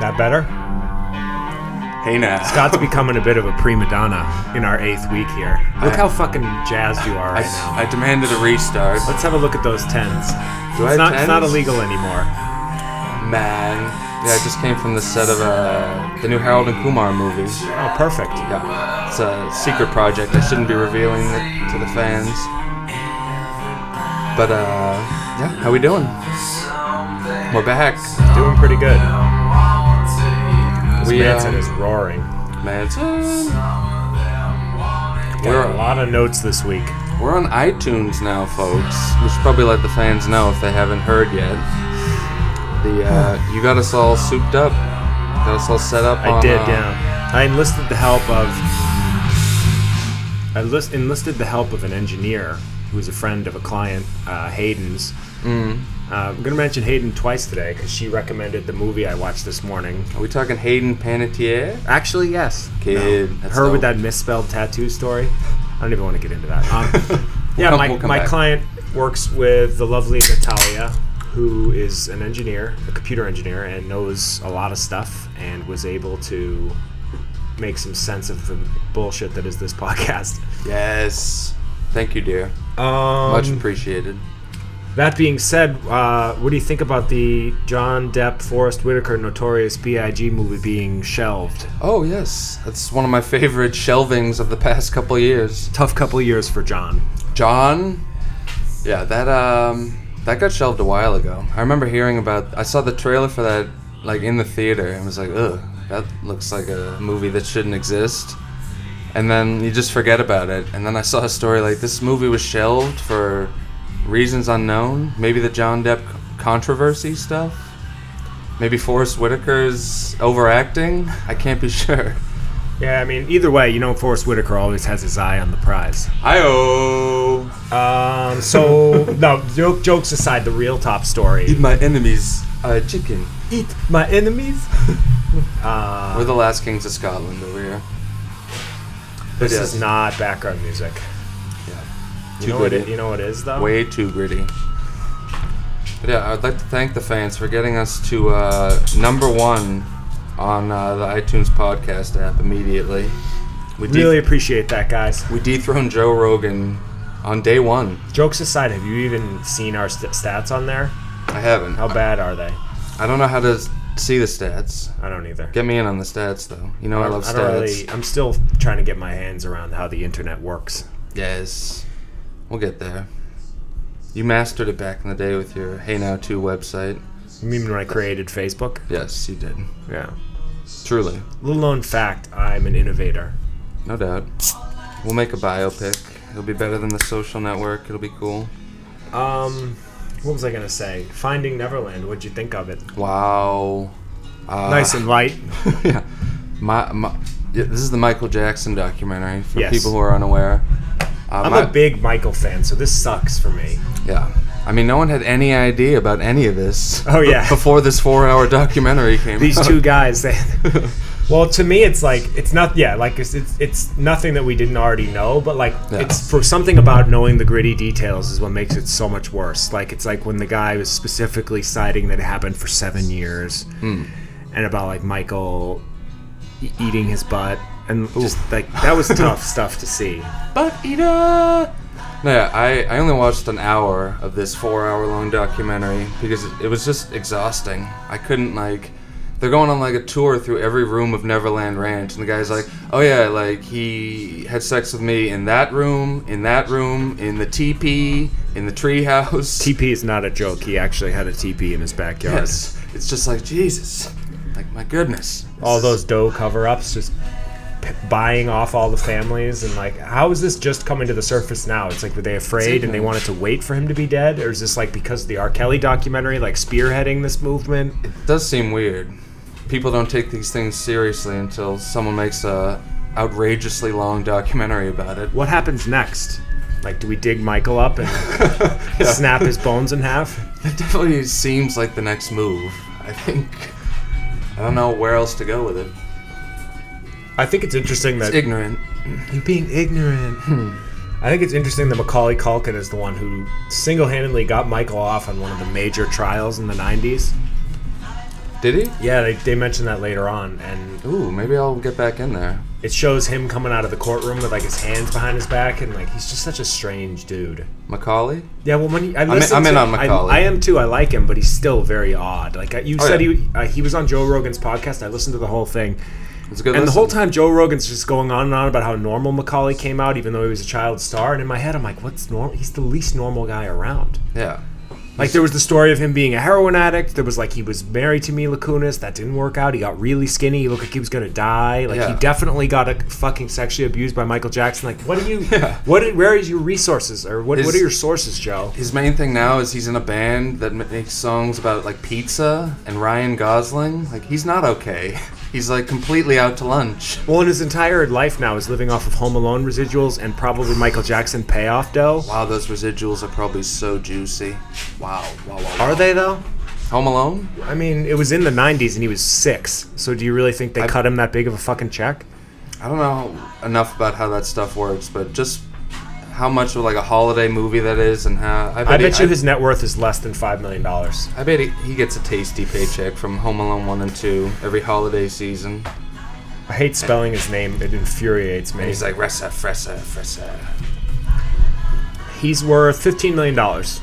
That better? Hey now. Scott's becoming a bit of a prima donna in our eighth week here. Look I- how fucking jazzed you are I, right now. I demanded a restart. Let's have a look at those tens. Do I It's have not, it's not tens? illegal anymore. Man. Yeah, I just came from the set of uh, the new Harold and Kumar movie. Oh, perfect. Yeah. It's a secret project. I shouldn't be revealing it to the fans. But, uh, yeah, how we doing? We're back. Doing pretty good. This We, Manson uh, is roaring. Manson. Got a We're, lot of notes this week. we're on iTunes now, folks. We should probably let the fans know if they haven't heard yet. The uh, you got us all souped up, got us all set up. I on, did, uh, yeah. I enlisted the help of. I list, enlisted the help of an engineer who's a friend of a client, uh, Hayden's. Mm. Uh, I'm going to mention Hayden twice today because she recommended the movie I watched this morning. Are we talking Hayden Panettiere? Actually, yes. Kid, that's Her with dope. that misspelled tattoo story. I don't even want to get into that. Um, yeah, We'll come- my, we'll come my back. client works with the lovely Natalia, who is an engineer, a computer engineer, and knows a lot of stuff and was able to make some sense of the bullshit that is this podcast. Yes. Thank you, dear. Um, Much appreciated. That being said, uh, what do you think about the John Depp, Forrest Whitaker, Notorious B.I.G. movie being shelved? Oh yes, that's one of my favorite shelvings of the past couple years. Tough couple of years for John. John, yeah, that um, that got shelved a while ago. I remember hearing about. I saw the trailer for that like in the theater and was like, ugh, that looks like a movie that shouldn't exist. And then you just forget about it. And then I saw a story like this movie was shelved for reasons unknown. Maybe the John Depp controversy stuff. Maybe Forrest Whitaker's overacting. I can't be sure. Yeah, I mean, either way, you know, Forrest Whitaker always has his eye on the prize. I oh. Um, so, no, joke, jokes aside, the real top story. Eat my enemies. Uh, chicken. Eat my enemies. Uh, We're the last kings of Scotland over here. This Yes. is not background music. Yeah. You Too know, what gritty. it, you know what it is, though? Way too gritty. But yeah, I'd like to thank the fans for getting us to uh, number one on uh, the iTunes podcast app immediately. We de- Really appreciate that, guys. we dethroned Joe Rogan on day one. Jokes aside, have you even seen our st- stats on there? I haven't. How I bad are they? I don't know how to s- see the stats. I don't either. Get me in on the stats though. You know I love I don't stats. really. I'm still trying to get my hands around how the internet works. Yes. We'll get there. You mastered it back in the day with your Hey Now 2 website. You mean when I created Facebook? Yes, you did. Yeah. Truly. Little known fact: I'm an innovator. No doubt. We'll make a biopic. It'll be better than the social network. It'll be cool. Um, what was I gonna say? Finding Neverland. What'd you think of it? Ah, Wow. Uh, nice and light. yeah. My, my, yeah, this is the Michael Jackson documentary for Yes. people who are unaware. Uh, I'm my- a big Michael fan, so this sucks for me. Yeah. I mean, no one had any idea about any of this. Oh, yeah. Before this four-hour documentary came. These out. two guys, they. Well, to me, it's like it's not yeah, like it's it's, it's nothing that we didn't already know, but like Yeah. it's for something about knowing the gritty details is what makes it so much worse. Like it's like when the guy was specifically citing that it happened for seven years, and about like Michael e- eating his butt, and just like that was tough stuff to see. But Ida. No, yeah, I, I only watched an hour of this four hour long documentary because it, it was just exhausting. I couldn't, like, they're going on, like, a tour through every room of Neverland Ranch, and the guy's like, oh, yeah, like, he had sex with me in that room, in that room, in the teepee, in the treehouse. TP is not a joke. He actually had a TP in his backyard. Yes. It's just like, Jesus. Like, my goodness. all those dough cover-ups just p- buying off all the families and like how is this just coming to the surface now it's like were they afraid and they wanted to wait for him to be dead or is this like because of the r kelly documentary like spearheading this movement It does seem weird. People don't take these things seriously until someone makes a outrageously long documentary about it. what happens next like do we dig michael up and snap his bones in half It definitely seems like the next move. I think I don't know where else to go with it. i think it's interesting that It's ignorant. you being ignorant Hmm. I think it's interesting that Macaulay Culkin is the one who single-handedly got Michael off on one of the major trials in the 90s. Did he? Yeah, they, they mentioned that later on, and Ooh, maybe I'll get back in there. it shows him coming out of the courtroom with like his hands behind his back, and like he's just such a strange dude. Macaulay? Yeah, well, when you, I in- listen I'm to, in on I- Macaulay. I, am too. I like him, but he's still very odd. Like uh, you Oh, said, yeah. he uh, he was on Joe Rogan's podcast. I listened to the whole thing, It's a good. and the listen. whole time Joe Rogan's just going on and on about how normal Macaulay came out, even though he was a child star. And in my head, I'm like, what's normal? He's the least normal guy around. Yeah. Like there was the story of him being a heroin addict. There was like he was married to Mila Kunis. That didn't work out. He got really skinny. He looked like he was gonna die. Like Yeah. he definitely got a fucking sexually abused by Michael Jackson. Like what are you? Yeah. What? Are, where is your resources or what? His- what are your sources, Joe? His main thing now is he's in a band that ma- makes songs about like pizza and Ryan Gosling. Like he's not okay. He's like completely out to lunch. Well, in his entire life now is living off of Home Alone residuals and probably Michael Jackson payoff dough. Wow, those residuals are probably so juicy. Wow, wow, wow. wow. Are they though? Home Alone? I mean, it was in the '90s and he was six. So do you really think they I- cut him that big of a fucking check? I don't know enough about how that stuff works, but just how much of like a holiday movie that is, and how I bet, I bet he, you his net worth is less than five million dollars. I bet he, he gets a tasty paycheck from Home Alone one and two every holiday season. I hate spelling his name. It infuriates me. And he's like Ressa, Fressa, Fressa. He's worth fifteen million dollars.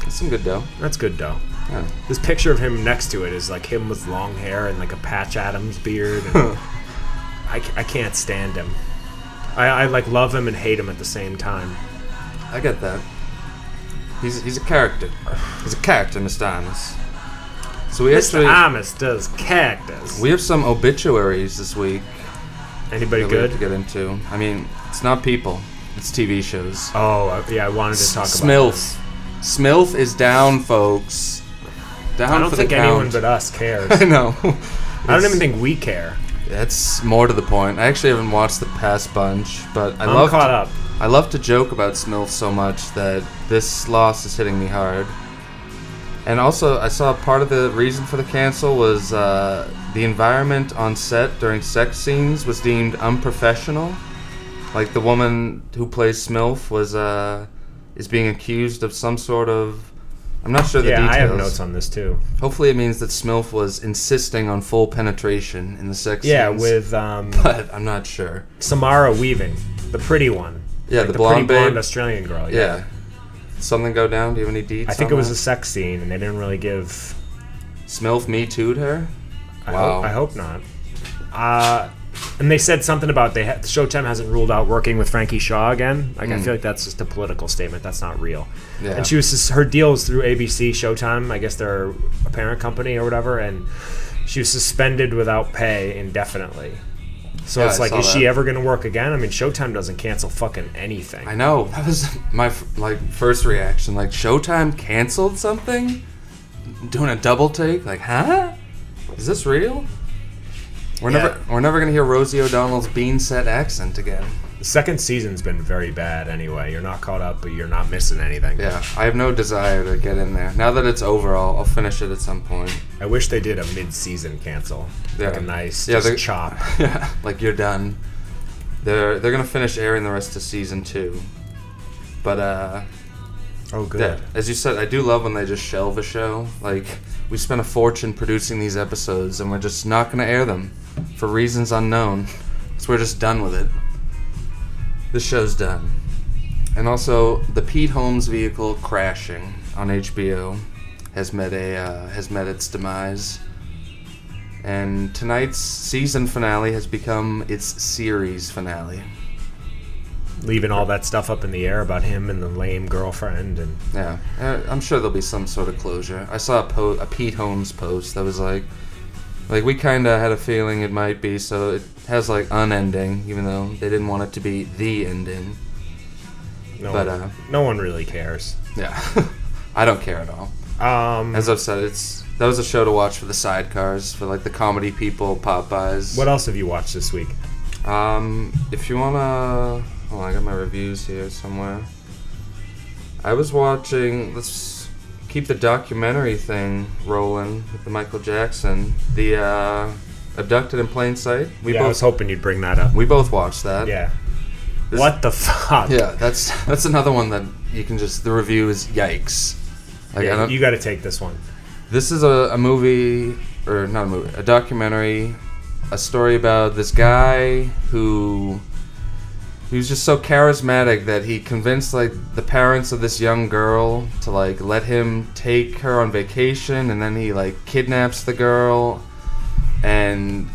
That's some good dough. That's good dough. Yeah. This picture of him next to it is like him with long hair and like a Patch Adams beard. And I, ca- I can't stand him. I, I like love him and hate him at the same time. I get that. He's he's a character. He's a character, Mr. Amos. So we Mr. actually Amos does cactus. we have some obituaries this week Anybody that we good? have to get into. I mean, it's not people, it's TV shows. Oh I- yeah, I wanted to talk about this. Smilf. Smilf is down, folks. Down I don't for think the anyone count. but us cares. I know. I don't even think we care. That's more to the point. I actually haven't watched the past bunch, but I I'm love caught to, up. I love to joke about Smilf so much that this loss is hitting me hard. And also, I saw part of the reason for the cancel was uh, the environment on set during sex scenes was deemed unprofessional. Like the woman who plays Smilf was uh, is being accused of some sort of. I'm not sure the yeah, details. I have notes on this too. Hopefully, it means that Smilf was insisting on full penetration in the sex. Yeah, scenes. with um, But I'm not sure. Samara Weaving, the pretty one. Yeah, Like the pretty blonde babe. blonde Australian girl. Yeah. Something go down? Do you have any deets? I think on it was that? a sex scene, and they didn't really give. Smilf Me Too'd her? I, Wow. hope, I hope not. Uh, and they said something about they ha- Showtime hasn't ruled out working with Frankie Shaw again. Like I feel like that's just a political statement. That's not real. Hmm. Yeah. And she was just, her deal is through ABC Showtime. I guess they're a parent company or whatever. And she was suspended without pay indefinitely. So Yeah, it's I like, saw is she that. ever going to work again? I mean, Showtime doesn't cancel fucking anything. I know. That was my f- like first reaction. Like Showtime canceled something? Doing a double take? Like, huh? Is this real? We're Yeah. never we're never gonna hear Rosie O'Donnell's bean set accent again. The second season's been very bad anyway. You're not caught up, but you're not missing anything. Yeah. I have no desire to get in there. Now that it's over, I'll, I'll finish it at some point. I wish they did a mid-season cancel, like Yeah. a nice Yeah, just they- chop. Yeah, like you're done. They're they're gonna finish airing the rest of season two. But uh Oh, good. yeah, as you said, I do love when they just shelve a show. Like we spent a fortune producing these episodes and we're just not gonna air them for reasons unknown. So we're just done with it. The show's done. And also the Pete Holmes vehicle crashing on HBO has met a uh, has met its demise. And tonight's season finale has become its series finale. Leaving all that stuff up in the air about him and the lame girlfriend, and Yeah, uh, I'm sure there'll be some sort of closure. I saw a, po- a Pete Holmes post that was like, like we kind of had a feeling it might be, so it has like unending, even though they didn't want it to be the ending. no, But, one, uh, no one really cares. Yeah, I don't care at all. Um, As I've said, it's that was a show to watch for the sidecars, for like the comedy people, Popeyes. what else have you watched this week? Um, if you wanna, oh, I got my reviews here somewhere. I was watching. Let's keep the documentary thing rolling with the Michael Jackson, the uh, abducted in plain sight. We yeah, I was both hoping you'd bring that up. we both watched that. Yeah. This- what the fuck? Yeah, that's that's another one that you can just the review is yikes. Like, I Yeah, don't, you got to take this one. this is a, a movie or not a movie, a documentary, a story about this guy who he was just so charismatic that he convinced like the parents of this young girl to like let him take her on vacation and then he like kidnaps the girl and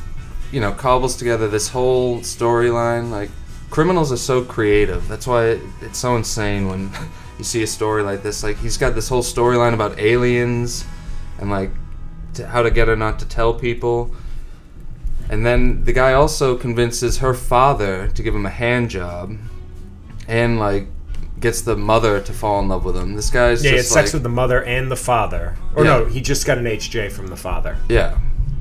you know cobbles together this whole storyline like criminals are so creative that's why it, it's so insane when you see a story like this like he's got this whole storyline about aliens and like t- how to get her not to tell people and then the guy also convinces her father to give him a hand job and like gets the mother to fall in love with him. This guy's Yeah, he had just sex like with the mother and the father. Or Yeah. no, he just got an HJ from the father. yeah.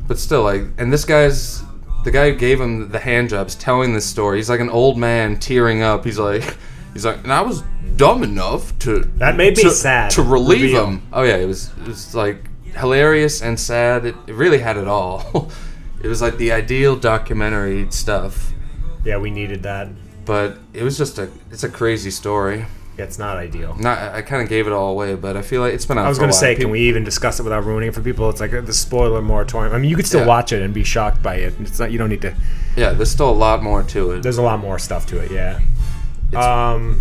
But still like and this guy's the guy who gave him the hand job's telling this story. He's like an old man tearing up. He's like he's like and I was dumb enough to That made me to, sad. to relieve Reveal. him. Oh yeah, it was it was like hilarious and sad. It, it really had it all. it was like the ideal documentary stuff. Yeah, we needed that. but it was just a it's a crazy story. Yeah, it's not ideal. Not I kind of gave it all away, but I feel like it's been out. I was for a going to while. say, People- can we even discuss it without ruining it for people? It's like uh, the spoiler moratorium. I mean, you could still Yeah. watch it and be shocked by it. It's not you don't need to. Yeah, there's still a lot more to it. There's a lot more stuff to it. Yeah. It's- Um,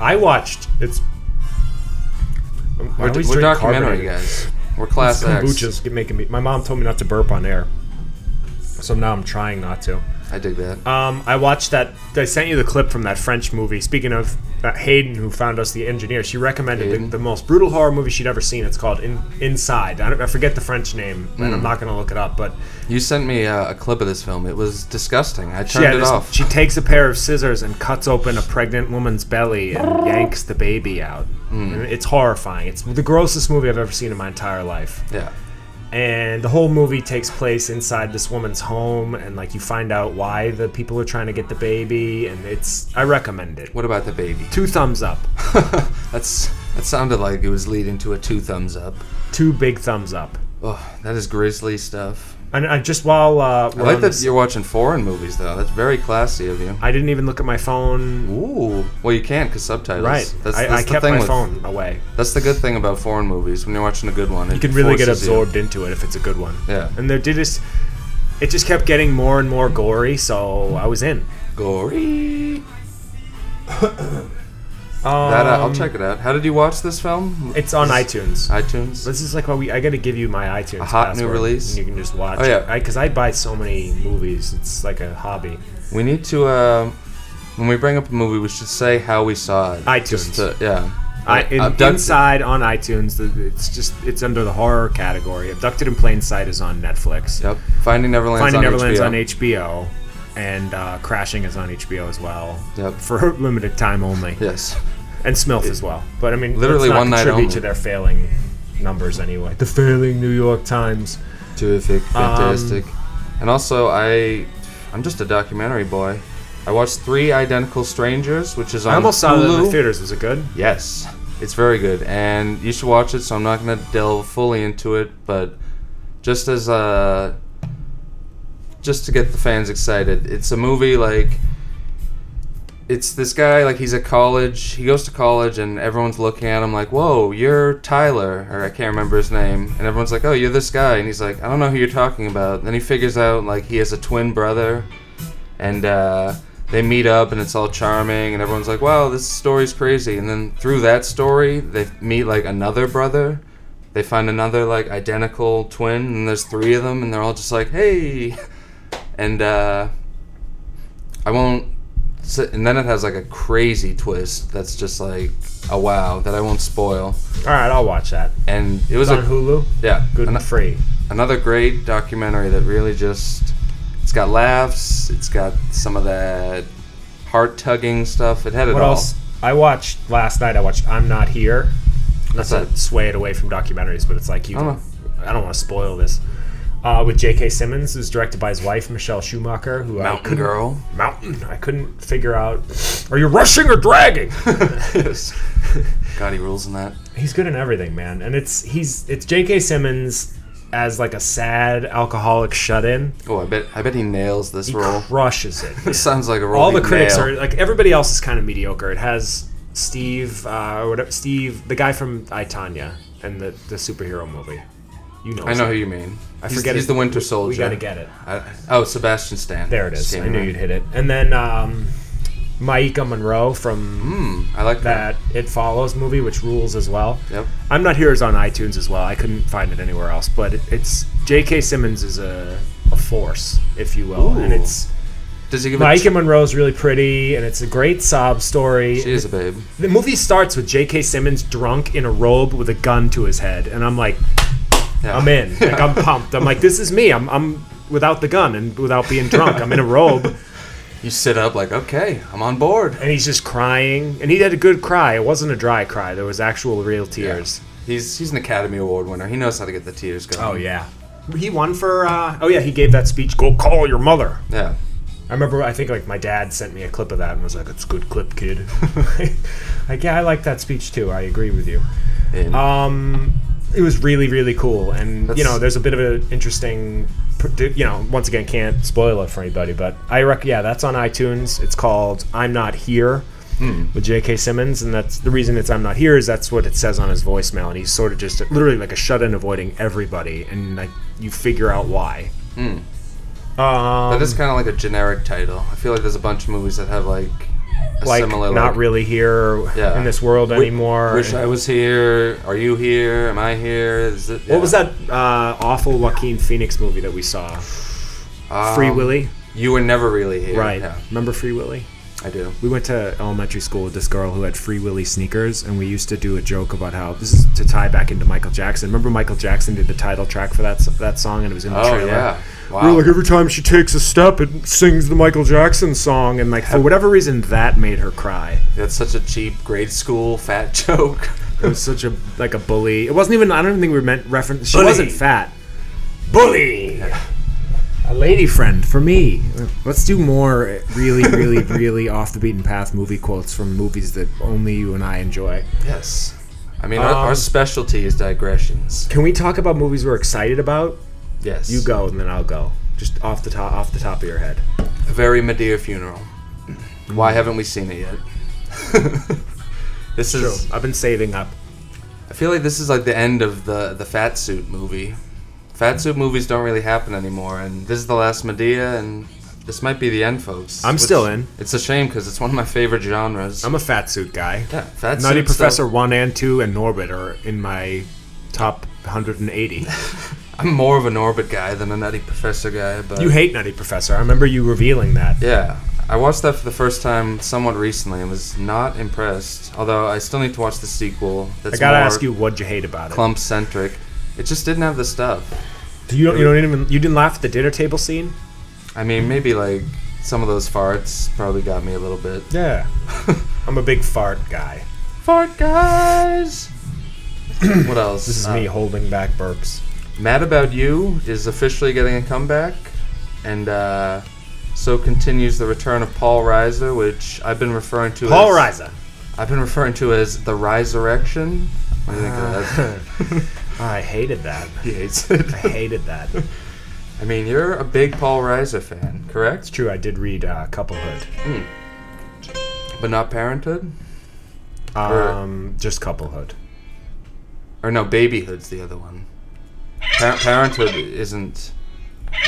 I watched. It's. I we're, always we're drink documentary carbonated. guys. We're class X. Kombucha's making me. My mom told me not to burp on air, so now I'm trying not to. I dig that. Um, I watched that. I sent you the clip from that French movie. Speaking of uh, Hayden, who found us the engineer, she recommended the, Hayden. the most brutal horror movie she'd ever seen. It's called In- Inside. I, don't, I forget the French name, and Hmm. I'm not going to look it up. But You sent me uh, a clip of this film. It was disgusting. I she, turned had it this- off. she takes a pair of scissors and cuts open a pregnant woman's belly and yanks the baby out. Hmm. And it's horrifying. It's the grossest movie I've ever seen in my entire life. yeah, and the whole movie takes place inside this woman's home and like you find out why the people are trying to get the baby and it's i recommend it what about the baby? two thumbs up That's that sounded like it was leading to a two thumbs up. two big thumbs up Oh, that is grisly stuff. and i just while uh we're I like on that this- you're watching foreign movies though. That's very classy of you. i didn't even look at my phone Ooh, well you can't because subtitles. right That's, i, I that's the kept thing my with, phone away That's the good thing about foreign movies. When you're watching a good one, it you can really get forces you. absorbed into it if it's a good one Yeah. and there did this it just kept getting more and more gory so i was in Gory. um, That, uh, I'll check it out. How did you watch this film? it's on itunes iTunes. This is like what we. I got to give you my iTunes. A hot new password, release? And you can just watch. Oh, yeah. Because I, buy so many movies. It's like a hobby. We need to. Uh, when we bring up a movie, we should say how we saw it. iTunes. Just to- yeah. I, in, Abducted- inside on iTunes. th- It's just it's under the horror category. Abducted in Plain Sight is on Netflix. Yep. Finding Neverland's Finding on Neverland's HBO. on HBO, and uh, Crashing is on HBO as well. Yep. For a limited time only, Yes. and Smilf as well. But I mean, let's Literally not one night contribute only. to their failing numbers anyway. The failing New York Times. Terrific. Um, Fantastic. and also, I, I'm just a documentary boy. I watched Three Identical Strangers, which is on I almost saw that in Hulu. the theaters. Was it good? Yes, it's very good, and you should watch it. So I'm not going to delve fully into it, but just as a, just to get the fans excited, it's a movie like. It's this guy like he's at college. He goes to college, and everyone's looking at him like, "Whoa, you're Tyler," or I can't remember his name. And everyone's like, "Oh, you're this guy," and he's like, "I don't know who you're talking about." Then he figures out like he has a twin brother, and uh, they meet up and it's all charming and everyone's like wow this story's crazy and then through that story they meet like another brother they find another like identical twin and there's three of them and they're all just like hey and uh, i won't s- and then it has like a crazy twist that's just like a wow that i won't spoil All right, I'll watch that. and it was It's on a Hulu. yeah Good an- and free. another great documentary that really just it's got laughs it's got some of that heart tugging stuff it had it What all else? I watched last night. I watched I'm Not Here. Not What's to that? sway it away from documentaries, but it's like you. I don't I don't want to spoil this. Uh, with J.K. Simmons, who's directed by his wife Michelle Schumacher, who I mountain couldn't, girl Mountain. I couldn't figure out. Are you rushing or dragging? yes god he rules in that he's good in everything, man. And it's he's it's J.K. Simmons as like a sad alcoholic shut-in. oh i bet i bet he nails this He role crushes it. this sounds like a role all he'd the critics nail. are like everybody else is kind of mediocre. It has Steve, uh, or whatever Steve, the guy from I Tanya and the the superhero movie. You know. I know him. who you mean. I He's- forget He's, his- the Winter we- we Soldier. gotta get it. I, oh, Sebastian Stan. There it is. I Stan, knew right? you'd hit it. And then um, Maika Monroe from Mm, I like that. that It Follows movie, which rules as well. Yep. I'm Not Here is on iTunes as well. I couldn't find it anywhere else, but it, it's J.K. Simmons is a, a force, if you will, and Ooh. it's Does he give a? Maika Monroe's really pretty, and it's a great sob story. She is a babe. The movie starts with J.K. Simmons drunk in a robe with a gun to his head, and I'm like, Yeah. I'm in. Like I'm pumped. I'm like, this is me. I'm I'm without the gun and without being drunk. I'm in a robe, You sit up like, okay, I'm on board. and he's just crying. And he had a good cry. It wasn't a dry cry. There was actual real tears. He's he's an Academy Award winner. He knows how to get the tears going. Oh, yeah. He won for. Uh, oh yeah, he gave that speech. Go call your mother. yeah. I remember. I think like my dad sent me a clip of that and was like, "It's a good clip, kid." like yeah, I like that speech too. I agree with you. And Um, it was really, really cool, and you That's- know, there's a bit of an interesting, pr- you know, once again, can't spoil it for anybody, but I rec- yeah, that's on iTunes. It's called "I'm Not Here" Hmm. with J.K. Simmons, and that's the reason it's "I'm Not Here" is that's what it says on his voicemail, and he's sort of just literally like a shut-in, avoiding everybody, and like you figure out why. Hmm. Um, that is kind of like a generic title. I feel like there's a bunch of movies that have like a like similar. not like, really here Yeah. in this world anymore. Wish I was here. Are you here? Am I here? Is it, what was that uh, awful Joaquin Phoenix movie that we saw? Um, Free Willy. You were never really here. Right. Yeah, Remember Free Willy? I do. We went to elementary school with this girl who had Free Willy sneakers, and we used to do a joke about how this is to tie back into Michael Jackson. Remember Michael Jackson did the title track for that s- that song, and it was in the Oh trailer. yeah. Wow. We were like every time she takes a step, it sings the Michael Jackson song, and like for whatever reason, that made her cry. That's such a cheap grade school fat joke. It was such a like a bully. It wasn't even. I don't even think we meant reference. She Bully. wasn't fat. Bully. A lady friend for me. Let's do more really, really, really off the beaten path movie quotes from movies that only you and I enjoy. yes. I mean, our, our Um, specialty is digressions. Can we talk about movies we're excited about? Yes. You go, and then I'll go. Just off the top, off the top of your head. A very Medea funeral. Why haven't we seen it yet? this True. is. I've been saving up. I feel like this is like the end of the the fat suit movie. Fat suit movies don't really happen anymore, and this is the last Medea, and this might be the end, folks. I'm still in. It's a shame because it's one of my favorite genres. I'm a fat suit guy. yeah, fat Nutty suit stuff- Professor One and Two and Norbit are in my top 180. I'm more of an orbit guy than a Nutty Professor guy, but You hate Nutty Professor. I remember you revealing that. yeah, I watched that for the first time somewhat recently and was not impressed. Although I still need to watch the sequel. That's I gotta more ask you, what'd you hate about it? clump centric. It just didn't have the stuff. Do you don't, you don't even you didn't laugh at the dinner table scene? I mean, maybe like some of those farts probably got me a little bit. Yeah. I'm a big fart guy. Fart guys. what else? This is Uh, me holding back burps. Mad About You is officially getting a comeback, and uh, so continues the return of Paul Reiser, which I've been referring to. Paul as, Reiser. I've been referring to as the Riserection. I think that Ah. I hated that. he hates it. I hated that. It's I mean, you're a big Paul Reiser fan, correct? true. I did read uh, Couplehood. But not Parenthood, Er. Um, just Couplehood. or no, Babyhood's the other one. Par- Parenthood isn't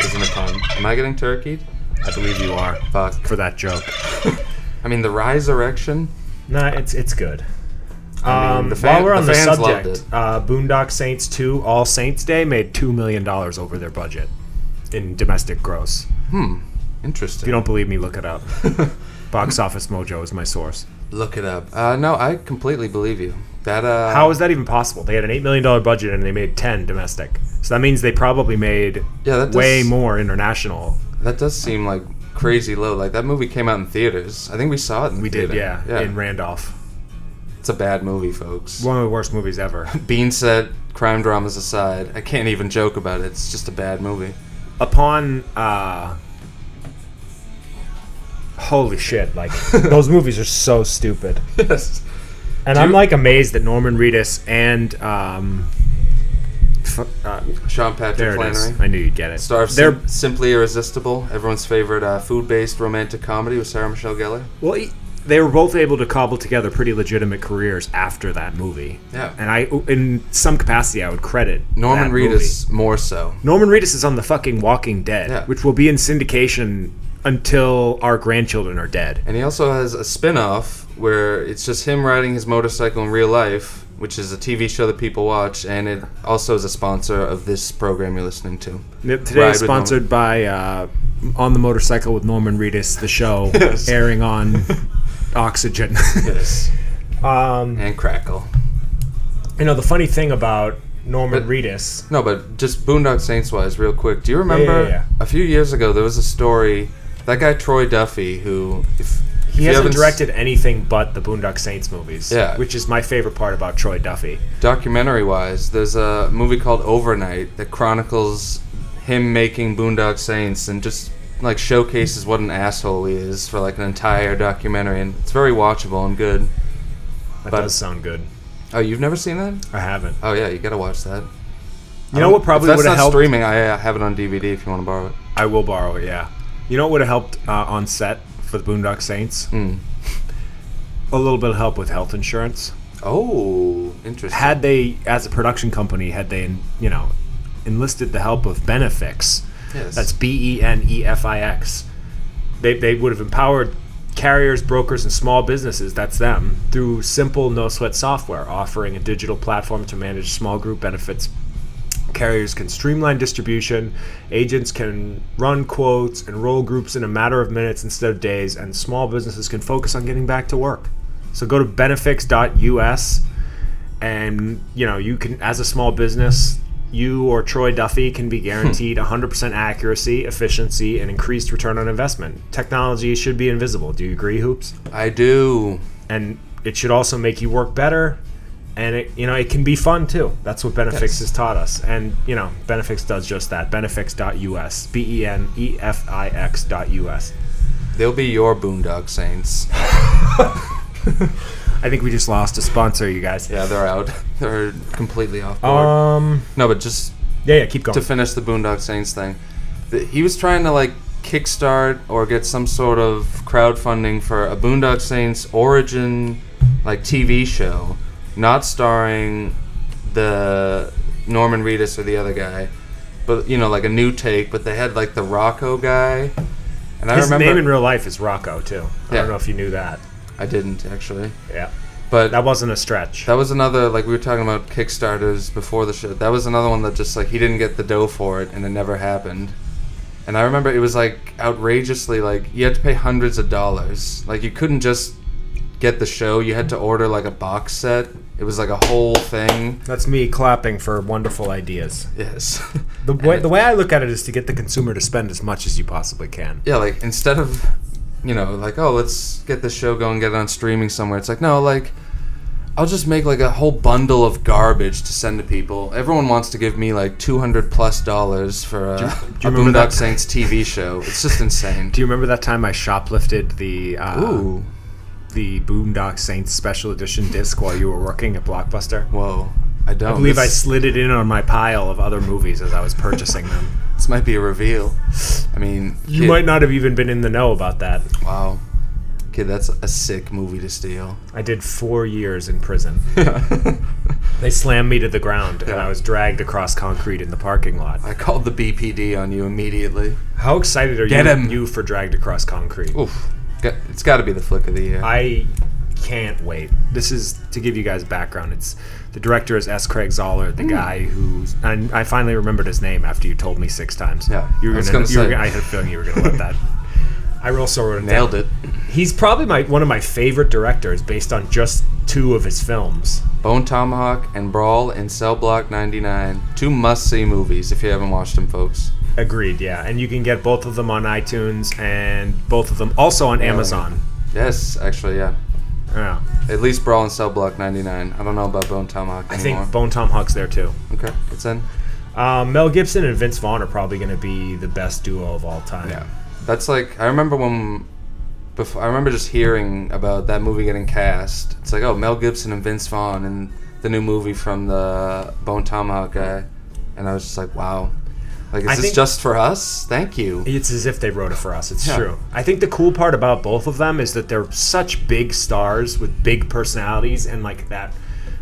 isn't a pun. Am I getting turkeyed? I believe you are Fuck. for that joke. I mean, the Riserection. Nah, it's it's good. I mean, Um, the fan- while we're on the the, fans loved subject, uh, Boondock Saints 2 All Saints Day made $2 million over their budget in domestic gross. If Interesting. you don't believe me, look it up. Box Office Mojo is my source. Look it up. Uh, no, I completely believe you. That uh, How is that even possible? They had an $8 million budget and they made 10 domestic. So that means they probably made Yeah, that does- way more international. that does seem like crazy low. Like that movie came out in theaters. I think we saw it. in We did, yeah, theater. yeah. in Randolph. it's a bad movie, folks. One of the worst movies ever. Bean said, crime dramas aside, I can't even joke about it. It's just a bad movie. upon uh holy shit like those movies are so stupid Yes. and i'm like amazed that norman reedus and um fu- uh, Sean Patrick there it Flannery. is i knew you'd get it Star of they're Sim- Simply Irresistible, everyone's favorite uh, food-based romantic comedy with Sarah Michelle Gellar. well e- they were both able to cobble together pretty legitimate careers after that movie. Yeah. And I, in some capacity, I would credit Norman that movie. Reedus more so. Norman Reedus is on the fucking Walking Dead, Yeah. which will be in syndication until our grandchildren are dead. And he also has a spin off where it's just him riding his motorcycle in real life, which is a TV show that people watch, and it also is a sponsor of this program you're listening to. N- Ride Today is with sponsored by uh, On the Motorcycle with Norman Reedus, the show Yes. airing on Oxygen. Yes. um, And Crackle. you know, the funny thing about Norman But- Reedus. No, but just Boondock Saints wise, real quick. Do you remember yeah, yeah. a few years ago there was a story? That guy Troy Duffy, who if, if He you hasn't haven't s- directed anything but the Boondock Saints movies, Yeah. which is my favorite part about Troy Duffy. documentary wise, there's a movie called Overnight that chronicles him making Boondock Saints and just like showcases what an asshole he is for like an entire documentary, and it's very watchable and good. That But- does sound good. Oh, you've never seen that? I haven't. Oh yeah, you gotta watch that. You know what probably if that's would not have helped? streaming. I uh, have it on DVD if you want to borrow it. I will borrow it. Yeah. You know what would have helped uh, on set for the Boondock Saints? Mm. A little bit of help with health insurance. Oh, interesting. Had they, as a production company, had they, you know, enlisted the help of Benefix, yes. that's B E N E F I X, they, they would have empowered carriers, brokers, and small businesses, that's them, through simple no sweat software, offering a digital platform to manage small group benefits carriers can streamline distribution, agents can run quotes, enroll groups in a matter of minutes instead of days, and small businesses can focus on getting back to work. So go to benefix.us and you know, you can as a small business, you or Troy Duffy can Hmm. be guaranteed 100% accuracy, efficiency, and increased return on investment. Technology should be invisible. Do you agree, Hoops? I do. And it should also make you work better. And it, you know, it can be fun too. That's what Benefix Yes. has taught us. And you know, Benefix does just that. Benefix.us, B E N E F I X dot US. They'll be your Boondock Saints. I think we just lost a sponsor, you guys. Yeah, they're out. They're completely off board. Um. no, but just Yeah, yeah. Keep going. to finish the Boondock Saints thing. th- He was trying to like kickstart or get some sort of crowdfunding for a Boondock Saints origin like TV show, not starring the Norman Reedus or the other guy, but you know like a new take. But they had like the Rocco guy, and I His remember name in real life is Rocco too. I Yeah. don't know if you knew that. I didn't actually, Yeah. but That wasn't a stretch. That was another like we were talking about Kickstarters before the show. That was another one that just like he didn't get the dough for it and it never happened. And I remember it was like outrageously like you had to pay hundreds of dollars. Like you couldn't just get the show. You had to order like a box set. It was like a whole thing. That's me clapping for wonderful ideas. Yes. The way, the way I look at it is to get the consumer to spend as much as you possibly can. yeah, like instead of you know, like, oh, let's get this show going, get it on streaming somewhere. It's like, no, like I'll just make like a whole bundle of garbage to send to people. Everyone wants to give me like 200 plus dollars for a, do you a remember Boondock that- Saints TV show. It's just insane. Do you remember that time I shoplifted the uh, Ooh. the Boondock Saints special edition disc while you were working at Blockbuster? Whoa. I don't. I believe I This- slid it in on my pile of other movies as I was purchasing them. This might be a reveal. I mean, You kid- might not have even been in the know about that. Wow. Kid, that's a sick movie to steal. I did four years in prison. I They slammed me to the ground, and Yeah. I was dragged across concrete in the parking lot. called the BPD on you immediately. How excited are Get you, him. you for dragged across concrete? Oof. Got- It's got to be the flick of the year. I can't wait. This is to give you guys background. It's the director is S. Craig Zoller, Mm. the guy who and I finally remembered his name after you told me six times. Yeah, you were I was gonna. gonna you were say. gonna- I had a feeling you were gonna let that. I also wrote it Nailed down. it. He's probably my one of my favorite directors based on just two of his films. Bone Tomahawk and Brawl and Cell Block 99. Two must see movies if you haven't watched them, folks. Agreed. Yeah, and you can get both of them on iTunes and both of them also on Amazon. Yes, actually, yeah. Yeah, At least Brawl and Cell Block 99. I don't know about Bone Tomahawk I think anymore. Bone Tom Huck's there too. okay, it's in. Um, Mel Gibson and Vince Vaughn are probably going to be the best duo of all time. That's like, I remember when. Before, I remember just hearing about that movie getting cast. It's like, oh, Mel Gibson and Vince Vaughn and the new movie from the Bone Tomahawk guy. And I was just like, wow. Like, is I this think- just for us? Thank you. It's as if they wrote it for us. It's Yeah. true. I think the cool part about both of them is that they're such big stars with big personalities and like that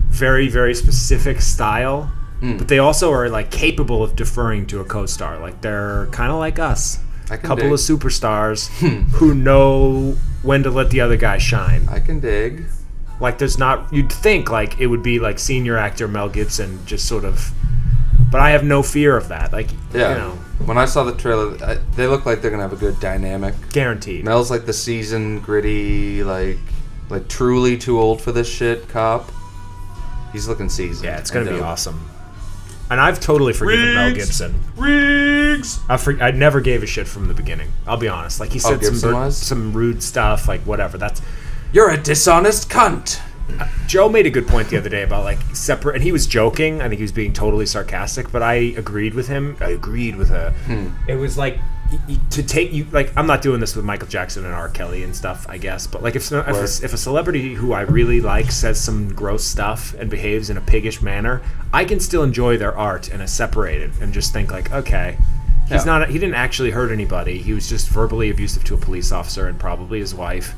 very very specific style. Hmm. But they also are like capable of deferring to a co-star. Like they're kind of like us, I a can couple dig. Hmm. of superstars who know when to let the other guy shine. I can dig. Like there's not you'd think like it would be like senior actor Mel Gibson just sort of but I have no fear of that. Like Yeah. you know, When I saw the trailer, I, they look like they're gonna have a good dynamic. guaranteed. Mel's like the seasoned, gritty, like, like truly too old for this shit cop. He's looking seasoned. Yeah, it's gonna and uh, be dope. awesome. And I've totally forgiven Mel Riggs. Gibson. Riggs. I for, I never gave a shit from the beginning. I'll be honest. Like he Oh, said some Gibson bur- was? some rude stuff, like whatever. That's You're a dishonest cunt. Joe made a good point the other day about like separate, and he was joking. I think he was being totally sarcastic, but I agreed with him. I agreed with her. It was like y- y- to take you like I'm not doing this with Michael Jackson and R. Kelly and stuff, I guess. But like if so- if Word. a, if a celebrity who I really like says some gross stuff and behaves in a piggish manner, I can still enjoy their art and is separated and just think like, okay, he's Yeah. not he didn't actually hurt anybody. He was just verbally abusive to a police officer and probably his wife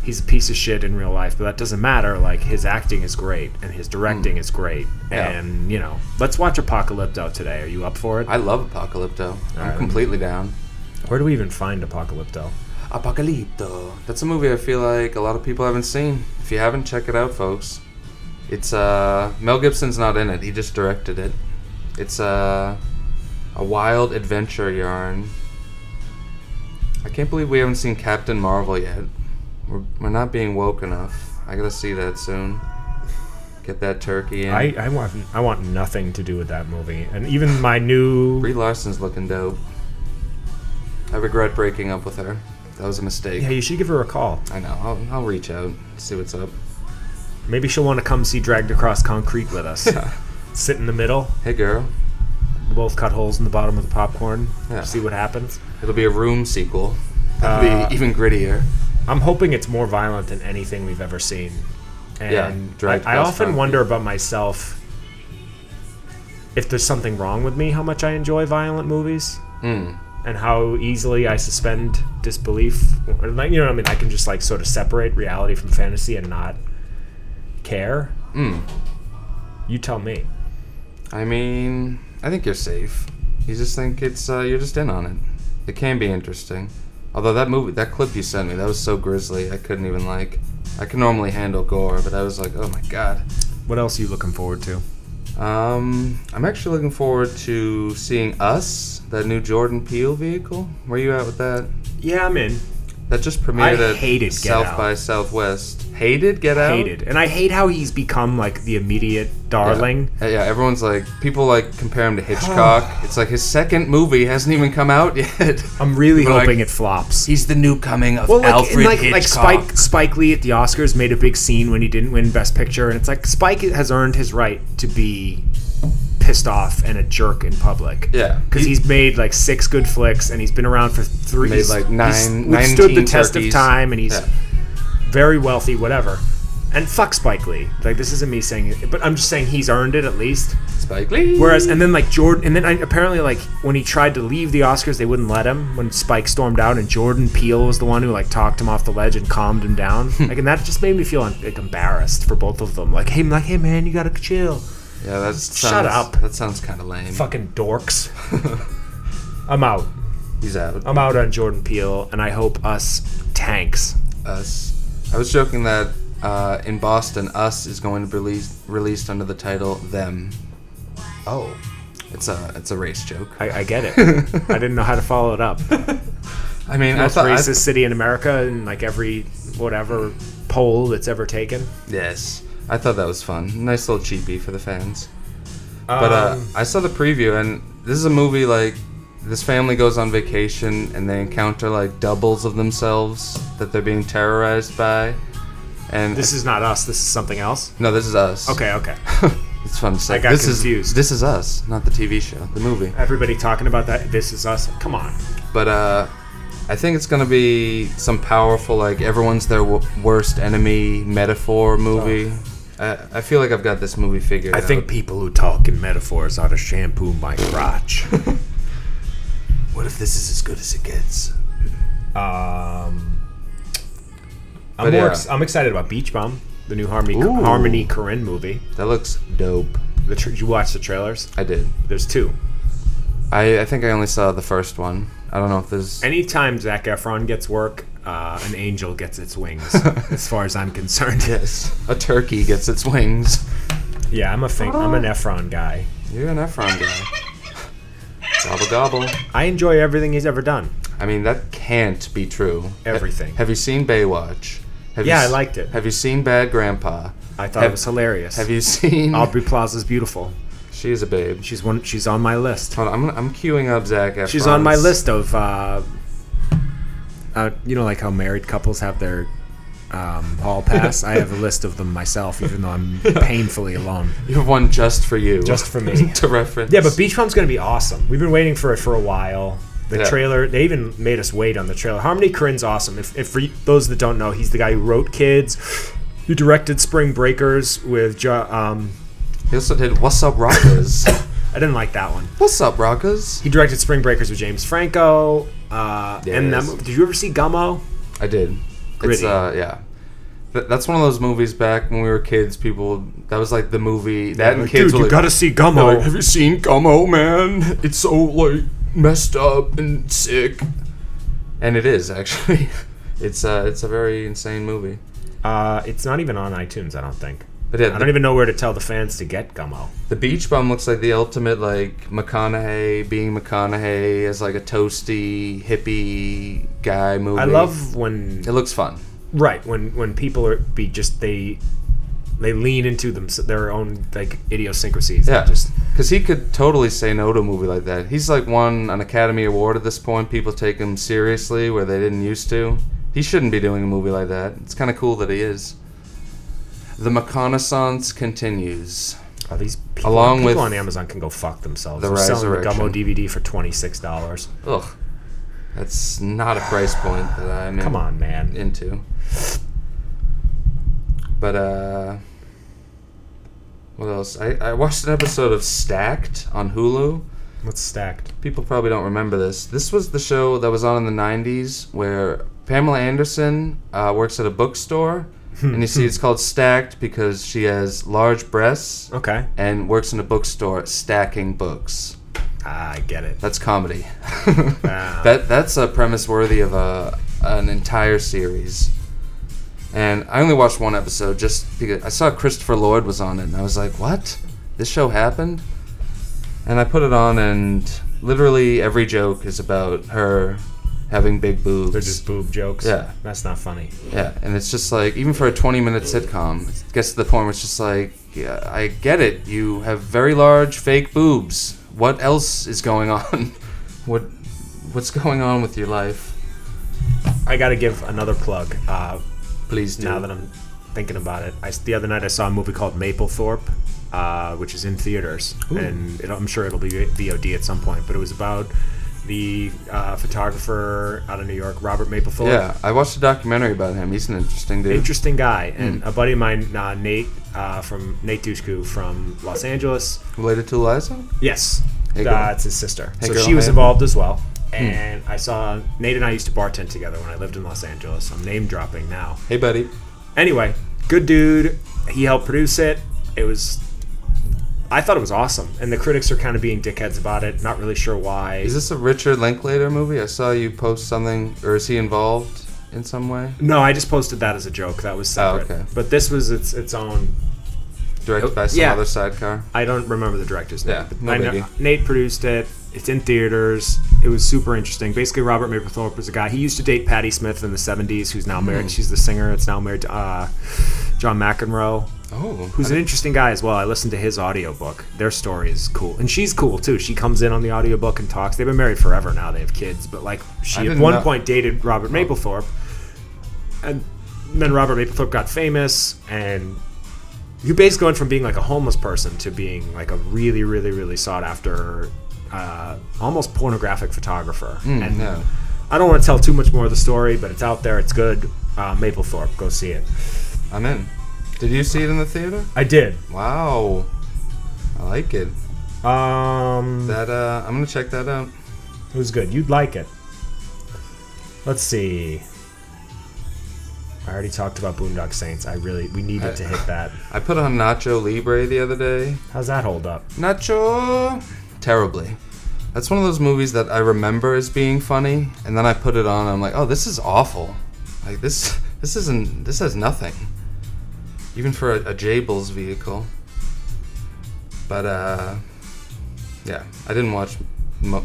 he's a piece of shit in real life, but that doesn't matter. Like his acting is great and his directing is great, Yeah. and you know, let's watch Apocalypto today. Are you up for it? I love Apocalypto. I'm Alright. completely down. Where do we even find Apocalypto? Apocalypto. That's a movie I feel like a lot of people haven't seen. If you haven't, check it out, folks. It's uh Mel Gibson's not in it. He just directed it. It's uh, a wild adventure yarn. I can't believe we haven't seen Captain Marvel yet. We're, we're not being woke enough. I gotta see that soon. Get that turkey in. I, I want I want nothing to do with that movie, and even my new Brie Larson's looking dope. I regret breaking up with her. That was a mistake. yeah, you should give her a call. I know. I'll, I'll reach out, see what's up. Maybe she'll want to come see Dragged Across Concrete with us. Sit in the middle. Hey, girl. We'll both cut holes in the bottom of the popcorn. Yeah. See what happens. It'll be a room sequel. That'll Uh, be even grittier. I'm hoping it's more violent than anything we've ever seen. And Yeah, dragged I, I across often concrete. wonder about myself if there's something wrong with me, how much I enjoy violent movies, Hmm. and how easily I suspend disbelief. Or like, you know what I mean? I can just like sort of separate reality from fantasy and not care. Mm. You tell me. I mean, I think you're safe. You just think it's uh, you're just in on it. It can be interesting. Although that movie, that clip you sent me, that was so grisly. I couldn't even like. I can normally handle gore, but I was like, oh my god. What else are you looking forward to? Um, I'm actually looking forward to seeing us, that new Jordan Peele vehicle. Where you at with that? Yeah, I'm in. That just premiered I at hated Get South Out. by Southwest. Hated Get Out. Hated. And I hate how he's become like the immediate darling. Yeah, yeah, everyone's like, people like compare him to Hitchcock. it's like his second movie hasn't even come out yet. I'm really But, like, hoping it flops. He's the new coming of Um, Well, like, and, like, like Spike Spike Lee at the Oscars made a big scene when he didn't win Best Picture, and it's like Spike has earned his right to be pissed off and a jerk in public. Yeah. because he's made like six good flicks, and he's been around for three. Made, he's- like, he's nine- withstood the 19 test of turkeys. time, and he's Yeah. very wealthy, whatever. And fuck Spike Lee. Like this isn't me saying it, but I'm just saying he's earned it at least. Spike Lee. Whereas, and then like Jordan, and then I, apparently like when he tried to leave the Oscars, they wouldn't let him. When Spike stormed out, and Jordan Peele was the one who like talked him off the ledge and calmed him down. Hmm. like, and that just made me feel like embarrassed for both of them. Like, hey, like, hey, man, you gotta chill. yeah, that sounds, Shut up. That sounds kind of lame. Fucking dorks. I'm out. He's out. I'm out on Jordan Peele, and I hope us tanks. Us. I was joking that uh, in Boston, Us is going to be released, released under the title Them. Oh, It's a it's a race joke. I, I get it. I didn't know how to follow it up. I mean, I Most thought I- racist city in America, and like every whatever poll that's ever taken. yes, I thought that was fun. Nice little cheapie for the fans. But Um, uh, I saw the preview, and this is a movie like this family goes on vacation and they encounter like doubles of themselves that they're being terrorized by. And This is not us. This is something else. no, this is us. Okay, okay. it's fun to say. I got this Is, confused. this is us, not the TV show, the movie. Everybody talking about that. This is us. Come on. But uh, I think it's gonna be some powerful like everyone's their w- worst enemy metaphor movie. I, I feel like I've got this movie figured. I out. think people who talk in metaphors ought to shampoo my crotch. What if this is as good as it gets? Um, I'm But more. yeah. Ex- I'm excited about Beach Bum, the new Harmony Ooh. Harmony Corinne movie. That looks dope. The tr- you watch the trailers? I did. There's two. I, I think I only saw the first one. I don't know if there's. Anytime Zach Efron gets work, uh, an angel gets its wings. as far as I'm concerned. Yes. A turkey gets its wings. Yeah, I'm a fan. I'm Oh. an Efron guy. You're an Efron guy. gobble gobble. I enjoy everything he's ever done. I mean, that can't be true. Everything. Have you seen Baywatch? Have Yeah, you I s- liked it. Have you seen Bad Grandpa? I thought Have- it was hilarious. Have you seen? Aubrey Plaza's beautiful. She is a babe. She's one. She's on my list. Hold on, I'm, gonna- I'm queuing up Zach. Efron's. She's on my list of, uh, uh, you know, like how married couples have their um, hall pass. I have a list of them myself, even though I'm painfully alone. You have one just for you. Just for me. to reference. Yeah, but Beach Bum's gonna be awesome. We've been waiting for it for a while. The Yeah. trailer, they even made us wait on the trailer. Harmony Corinne's awesome. If, if for y- those that don't know, he's the guy who wrote Kids. He directed Spring Breakers with. Jo- um, he also did What's Up Rockers. I didn't like that one. What's Up Rockers? He directed Spring Breakers with James Franco. Uh, And that, Yes. mo- did you ever see Gummo? I did. It's Gritty. uh yeah. Th- that's one of those movies back when we were kids. People that was like the movie that and Like, Dude, kids were you like, "Oh." gotta see they're Gummo. like, Have you seen Gummo, man? It's so like messed up and sick. And it is actually. It's uh it's a very insane movie. Uh, it's not even on iTunes, I don't think. But yeah, I the, don't even know where to tell the fans to get Gummo. the Beach Bum looks like the ultimate like McConaughey being McConaughey as like a toasty hippie guy movie. I love when It looks fun. right when when people are be just they they lean into them their own like idiosyncrasies. They Yeah, just because he could totally say no to a movie like that. He's like won an Academy Award at this point. People take him seriously where they didn't used to. He shouldn't be doing a movie like that. It's kind of cool that he is. The reconnaissance continues. oh, these people, Along people with on Amazon can go fuck themselves. the They're selling the Gummo resurrection. DVD for twenty six dollars. Ugh, that's not a price point that I'm Come on, man. into. But uh, what else? I, I watched an episode of Stacked on Hulu. What's stacked? people probably don't remember this. This was the show that was on in the 90s where Pamela Anderson uh, works at a bookstore. and you see, it's called Stacked because she has large breasts Okay, and works in a bookstore stacking books. Ah, I get it. That's comedy. Ah. that that's a premise worthy of a an entire series. And I only watched one episode just because I saw Christopher Lloyd was on it, and I was like, "What? This show happened?" And I put it on, and literally every joke is about her having big boobs. They're just boob jokes. Yeah. that's not funny. Yeah, and it's just like even for a twenty-minute sitcom, it gets to the point where it's just like, yeah, I get it. You have very large fake boobs. What else is going on? what What's going on with your life? I gotta give another plug. Uh, Please do. now that I'm thinking about it, I, the other night I saw a movie called Maplethorpe, uh, which is in theaters, and it, I'm sure it'll be VOD at some point. But it was about the uh, photographer out of New York, Robert Maplethorpe. yeah, I watched a documentary about him. He's an interesting dude. Hmm. Interesting guy, and a buddy of mine, uh, Nate uh, from Nate Dushku from Los Angeles. Related to Eliza? Yes, Hey, girl. that's his sister. so girl, she was hey. Hmm. involved as well. And I saw Nate and I used to bartend together when I lived in Los Angeles. I'm name dropping now. Hey, buddy. Anyway, good dude. He helped produce it. It was. I thought it was awesome, and the critics are kind of being dickheads about it. Not really sure why. Is this a Richard Linklater movie? I saw you post something, or is he involved in some way? no, I just posted that as a joke. That was Oh, separate. okay. But this was its its own. Directed by some Yeah. other sidecar? I don't remember the director's name. Yeah, but no I know- biggie. Nate produced it. It's in theaters. It was super interesting. Basically, Robert Mapplethorpe was a guy. He used to date Patti Smith in the '70s, who's now Hmm. married. She's the singer. It's now married to uh, John McEnroe. Oh. who's an interesting guy as well. I listened to his audiobook. Their story is cool. And she's cool too. She comes in on the audiobook and talks. They've been married forever now. They have kids, but like I she at didn't one know- Oh. point dated Robert Mapplethorpe. And then Robert Mapplethorpe got famous and you basically went from being like a homeless person to being like a really, really, really sought after, uh, almost pornographic photographer. and Hmm, yeah. I don't want to tell too much more of the story, but it's out there. It's good. Uh, Maplethorpe, go see it. I'm in. Did you see it in the theater? I did. Wow. I like it. Um, That uh, I'm gonna check that out. It was good. You'd like it. Let's see. I already talked about Boondock Saints. I really we needed to hit that. I put on Nacho Libre the other day. How's that hold up? Nacho! Terribly. That's one of those movies that I remember as being funny, and then I put it on and I'm like, oh, this is awful. Like, this this isn't, this has nothing. Even for a, a Jables vehicle. But, uh, yeah, I didn't watch mo-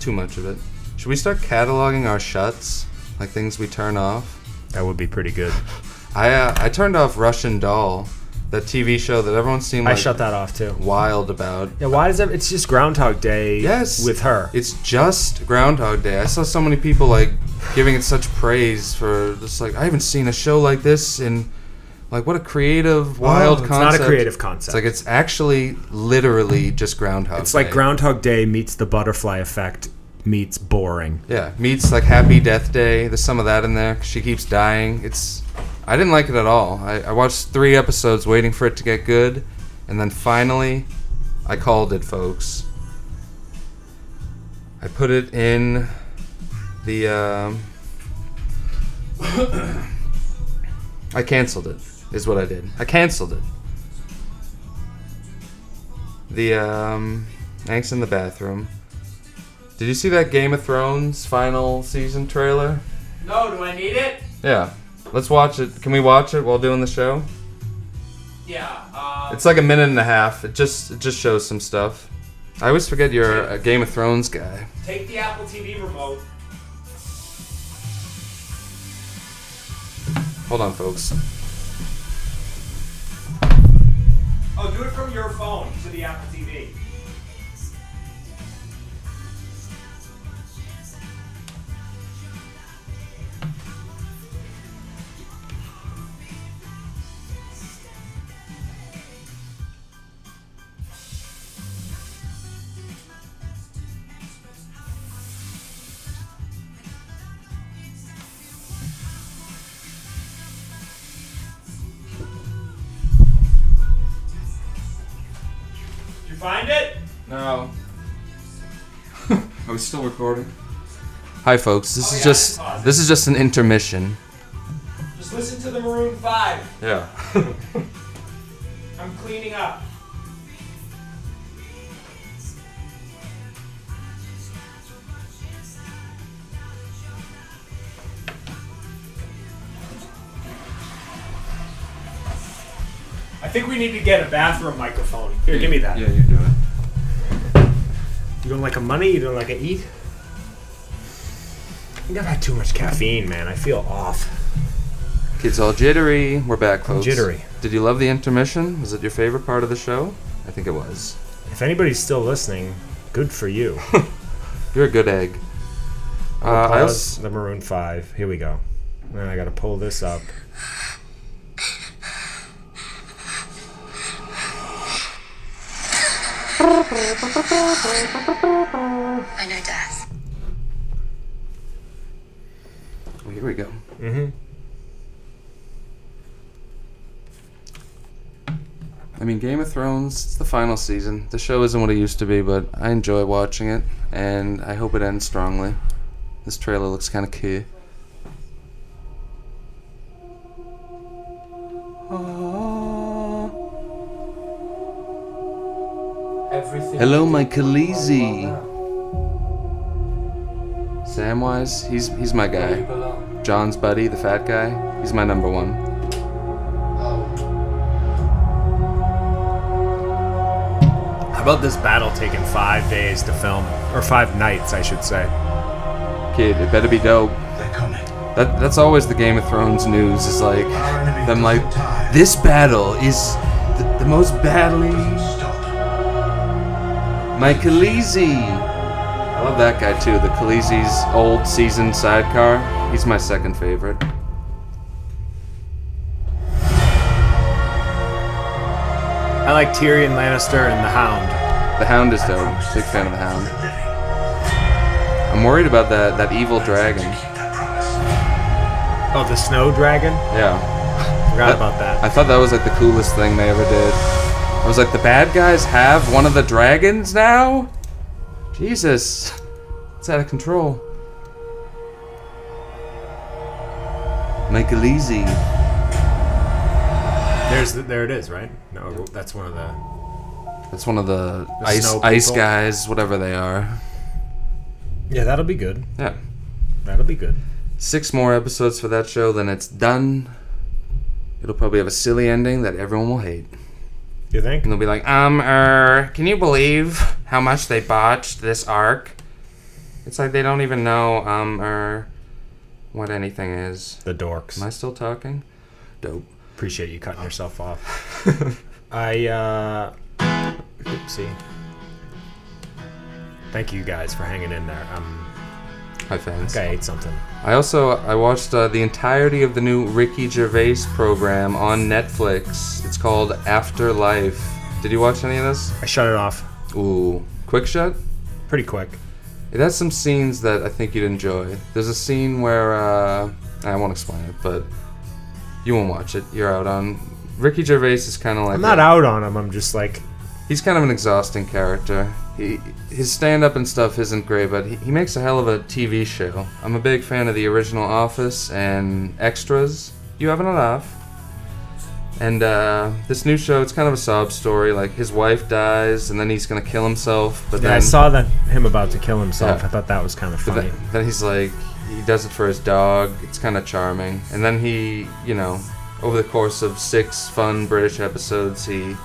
too much of it. Should we start cataloging our shuts? Like, things we turn off? That would be pretty good. I, uh, I turned off Russian Doll, that TV show that everyone seemed I like shut that off too. wild about. Yeah, why does that? It's just Groundhog Day. Yes. with her. It's just Groundhog Day. I saw so many people like giving it such praise for just like I haven't seen a show like this and like what a creative wild Oh, it's concept. not a creative concept. It's like it's actually literally just Groundhog. It's like Day. Groundhog Day meets the butterfly effect meets boring. Yeah, meets like Happy Death Day. There's some of that in there. 'cause She keeps dying. It's I didn't like it at all. I, I watched three episodes waiting for it to get good, and then finally, I called it, folks. I put it in the. Um, I canceled it. Is what I did. I canceled it. The um, Angst in the bathroom. Did you see that Game of Thrones final season trailer? No, do I need it? Yeah. Let's watch it. Can we watch it while doing the show? Yeah. Uh, It's like a minute and a half. It just it just shows some stuff. I always forget you're a Game of Thrones guy. take the Apple TV remote. Hold on, folks. Oh, do it from your phone to the Apple TV. Did you find it? No. Are we still recording? Hi, folks. This Oh, is yeah, just pause it. this is just an intermission. Just listen to the Maroon 5. Yeah. I'm cleaning up. I think we need to get a bathroom microphone. Here, give me that. you do it. You don't like a money? You don't like a eat? I think I've had too much caffeine, man. I feel off. Kids all jittery. We're back, folks. jittery. Did you love the intermission? Was it your favorite part of the show? I think it was. If anybody's still listening, good for you. You're a good egg. Uh, I'll I pause also, the Maroon 5. Here we go. And I gotta pull this up. I know death. Oh, Here we go. Mm-hmm. I mean, Game of Thrones, it's the final season. The show isn't what it used to be, but I enjoy watching it, and I hope it ends strongly. This trailer looks kind of cute. Everything. Hello, my Khaleesi. Samwise, he's he's my guy. John's buddy, the fat guy, he's my number one. How about this battle taking five days to film? Or five nights, I should say. Kid, it better be dope. That, that's always the Game of Thrones news is like them like this battle is the, the most battling. My Khaleesi. I love that guy too. The Khaleesi's old season sidecar. He's my second favorite. I like Tyrion Lannister and the Hound. The Hound is dope. Big fan of the Hound. I'm worried about that that evil dragon. Oh, the Snow Dragon? Yeah. Forgot Uh, about that. I thought that was like the coolest thing they ever did. I was like, the bad guys have one of the dragons now? Jesus. It's out of control. Make it easy. There's the, there it is, right? No, that's one of the. That's one of the, The ice snow ice people? guys, whatever they are. Yeah, that'll be good. Yeah. That'll be good. Six more episodes for that show, then it's done. It'll probably have a silly ending that everyone will hate. You think? And they'll be like, um, er, can you believe how much they botched this arc? It's like they don't even know, um, er, what anything is. The dorks. Am I still talking? Dope. Appreciate you cutting yourself off. I uh oopsie. Thank you guys for hanging in there. Um Hi, fans. I ate something. I also I watched uh, the entirety of the new Ricky Gervais program on Netflix. It's called Afterlife. Did you watch any of this? I shut it off Ooh, quick shot. pretty quick. It has some scenes that I think you'd enjoy. There's a scene where uh, I won't explain it, but you won't watch it. You're out on. Ricky Gervais is kind of like I'm not a- out on them. I'm just like He's kind of an exhausting character. He his stand up and stuff isn't great, but he, he makes a hell of a TV show. I'm a big fan of the original Office and Extras. You haven't enough. And uh, this new show, it's kind of a sob story. Like his wife dies, and then he's gonna kill himself. But yeah, then I saw that him about to kill himself. Yeah. I thought that was kind of but funny. then, then he's like, he does it for his dog. It's kind of charming. And then he, you know, over the course of six fun British episodes, he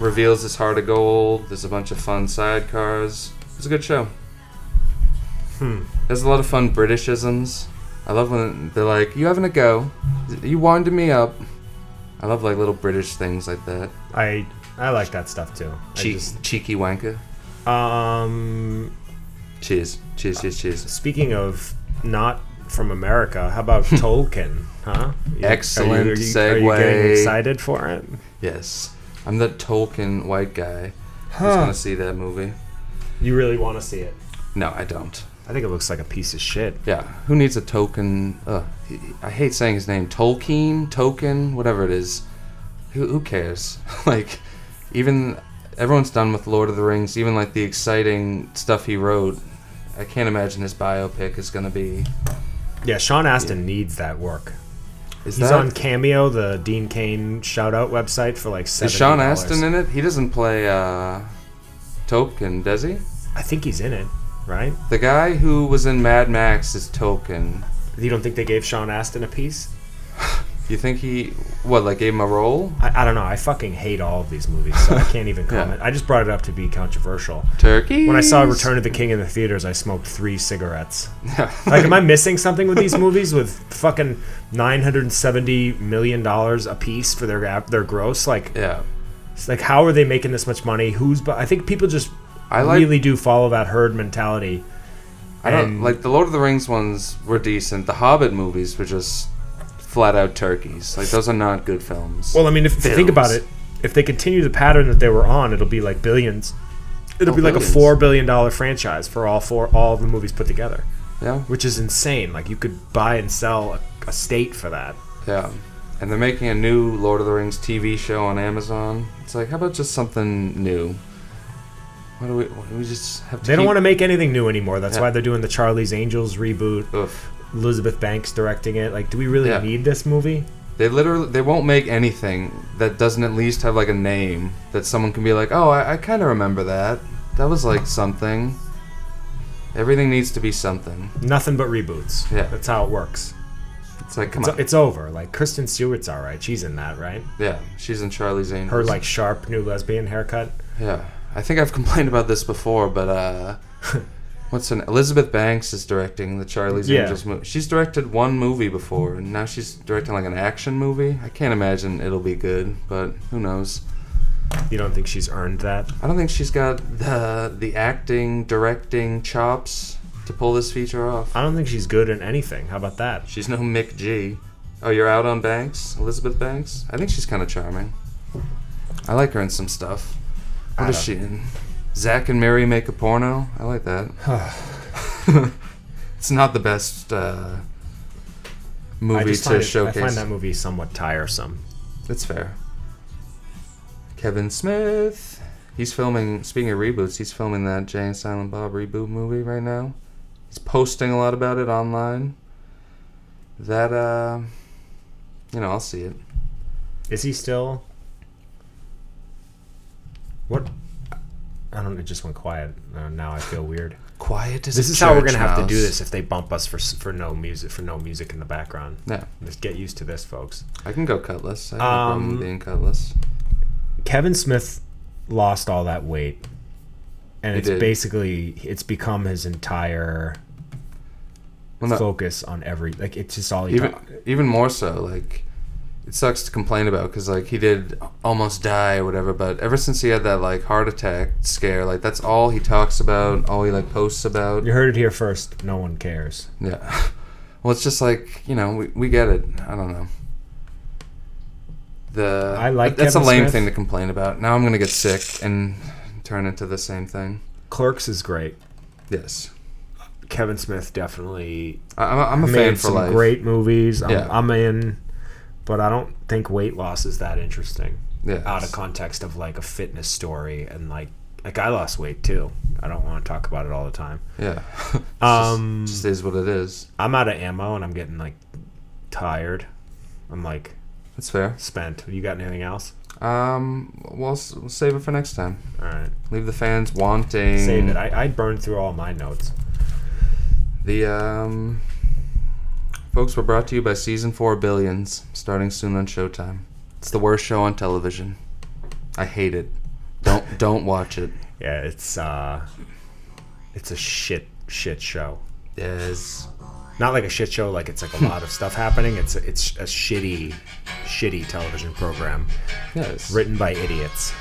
reveals his heart of gold. There's a bunch of fun sidecars. It's a good show. Hmm. There's a lot of fun Britishisms. I love when they're like, "You having a go? You winding me up." I love like little British things like that. I I like that stuff too. I Cheek, cheeky wanker. just- um Cheers, cheers, Uh, cheers, cheers. speaking of not from America, how about Tolkien? Huh? You- Excellent are you, are you, Are you getting segue. excited for it? Yes, I'm the Tolkien white guy. Who's Huh. gonna see that movie? You really want to see it? No, I don't. I think it looks like a piece of shit. Yeah, who needs a token? Ugh, he- I hate saying his name. Tolkien, token, whatever it is. Who, who cares? like, even everyone's done with Lord of the Rings. Even like the exciting stuff he wrote. I can't imagine his biopic is gonna be. Yeah, Sean Astin needs that work. Is He's that on Cameo, the Dean Kane shout out website for like seven. is Sean Astin in it? He doesn't play uh, Tolkien, does he? I think he's in it, right? The guy who was in Mad Max is Tolkien. You don't think they gave Sean Astin a piece? You think he what? Like gave him a role? I, I don't know. I fucking hate all of these movies, so I can't even comment. I just brought it up to be controversial. Turkey. When I saw Return of the King in the theaters, I smoked three cigarettes. of Like, am I missing something with these movies with fucking nine hundred and seventy million dollars a piece for their app, their gross? Like, yeah. It's like, how are they making this much money? Who's? But I think people just I like- really do follow that herd mentality. I don't And- like the Lord of the Rings ones were decent. The Hobbit movies were just flat out turkeys. Like those are not good films. Well, I mean, if you think Films. about it, if they continue the pattern that they were on, it'll be like billions. It'll Oh, be like billions. a four billion dollar franchise for all four all of the movies put together, yeah, which is insane. Like you could buy and sell a, a state for that. yeah. And they're making a new Lord of the Rings TV show on Amazon. It's like, how about just something new? Why do we? Why do we just have to? They don't want to make anything new anymore. That's Yeah. why they're doing the Charlie's Angels reboot. to. Oof. Elizabeth Banks directing it. Like, do we really Yeah. need this movie? They literally they won't make anything that doesn't at least have like a name that someone can be like, oh, I, I kind of remember that. That was like something. Everything needs to be something. Nothing but reboots. Yeah. that's how it works. It's like, come It's, on. it's over. Like Kristen Stewart's all right. She's in that, right? Yeah, she's in Charlie's Angels. Her like sharp new lesbian haircut. Yeah, I think I've complained about this before, but uh, what's an Elizabeth Banks is directing the Charlie's Yeah. Angels movie. She's directed one movie before, and now she's directing like an action movie. I can't imagine it'll be good, but who knows? You don't think she's earned that? I don't think she's got the the acting, directing chops to pull this feature off. I don't think she's good in anything. How about that? She's no Mick G. Oh, you're out on Banks, Elizabeth Banks. I think she's kind of charming. I like her in some stuff. What I is don't- she in? Zack and Mary make a porno. I like that. it's not the best uh, I movie just to find, it, I showcase. find that movie somewhat tiresome. That's fair. Kevin Smith. He's filming. Speaking of reboots, he's filming that Jay and Silent Bob reboot movie right now. He's posting a lot about it online. That uh, you know, I'll see it. Is he still? What? I don't. It just went quiet. Uh, now I feel weird. Quiet as This a is how we're church gonna have to do mouse. this if they bump us for s- for no music for no music in the background. Yeah, Just get used to this, folks. I can go cutless. I have no problem Um, with being cutless. Kevin Smith lost all that weight, and He it's did. basically it's become his entire Well, no, focus on every like it's just all he even talk- even more so. Like, it sucks to complain about because like he did almost die or whatever. But ever since he had that like heart attack scare, like that's all he talks about. All he like posts about. You heard it here first. No one cares. Yeah. Well, it's just like you know we, we get it. I don't know. The I like that's Kevin a lame Smith. thing to complain about. Now I'm gonna get sick and turn into the same thing. Clerks is great. Yes, Kevin Smith definitely I, I'm a, I'm a fan made for some life. great movies. I'm, Yeah. I'm in, but I don't think weight loss is that interesting yeah, out of context of like a fitness story and like like I lost weight too. I don't want to talk about it all the time. yeah. It's just- Um, just, is what it is. I'm out of ammo and I'm getting like tired. I'm like That's fair. spent. You got anything else? Um, we'll, s- we'll save it for next time. All right, Leave the fans wanting. save it. I, I burned through all my notes. The um, folks were brought to you by season four Billions, starting soon on Showtime. It's the worst show on television. I hate it. Don't don't watch it. Yeah, it's uh, it's a shit shit show. Yes. not like a shit show like it's like a lot of stuff happening it's it's a shitty shitty television program Yes. written by idiots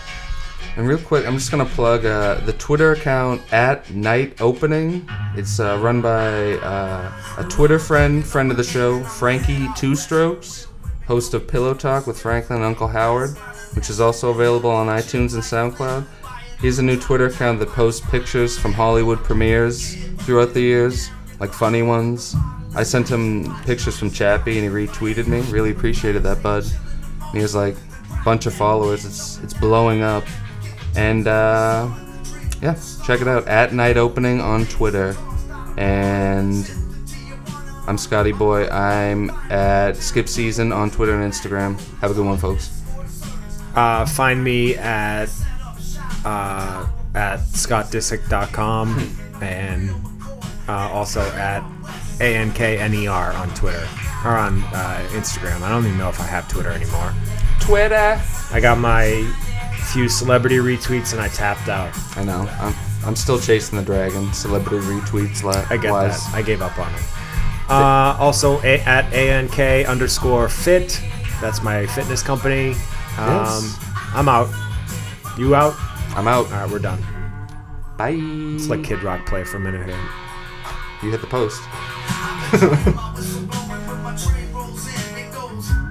And real quick, I'm just gonna plug uh, the Twitter account at Night Opening. It's uh, run by uh, a Twitter friend, friend of the show, Frankie Two Strokes, host of Pillow Talk with Franklin and Uncle Howard, which is also available on iTunes and SoundCloud. He has a new Twitter account that posts pictures from Hollywood premieres throughout the years, like funny ones. I sent him pictures from Chappie, and he retweeted me. Really appreciated that, bud. And he has like a bunch of followers. It's it's blowing up. And uh, yeah, check it out at night opening on Twitter. And I'm Scotty Boy. I'm at Skip Season on Twitter and Instagram. Have a good one, folks. uh, find me at uh, at scottdisick.com and uh, also at a-n-k-n-e-r E on twitter or on uh, instagram i don't even know if i have twitter anymore Twitter. i got my few celebrity retweets and i tapped out I know. I'm I'm still chasing the dragon. Celebrity retweets. Li- I get wise. that. I gave up on it. Uh, also, a- at ank underscore fit. That's my fitness company. Um, Yes. I'm out. You out? I'm out. All right, we're done. Bye. Let's let Kid Rock play for a minute here. you hit the post. Mama's a woman when my train rolls in and goes.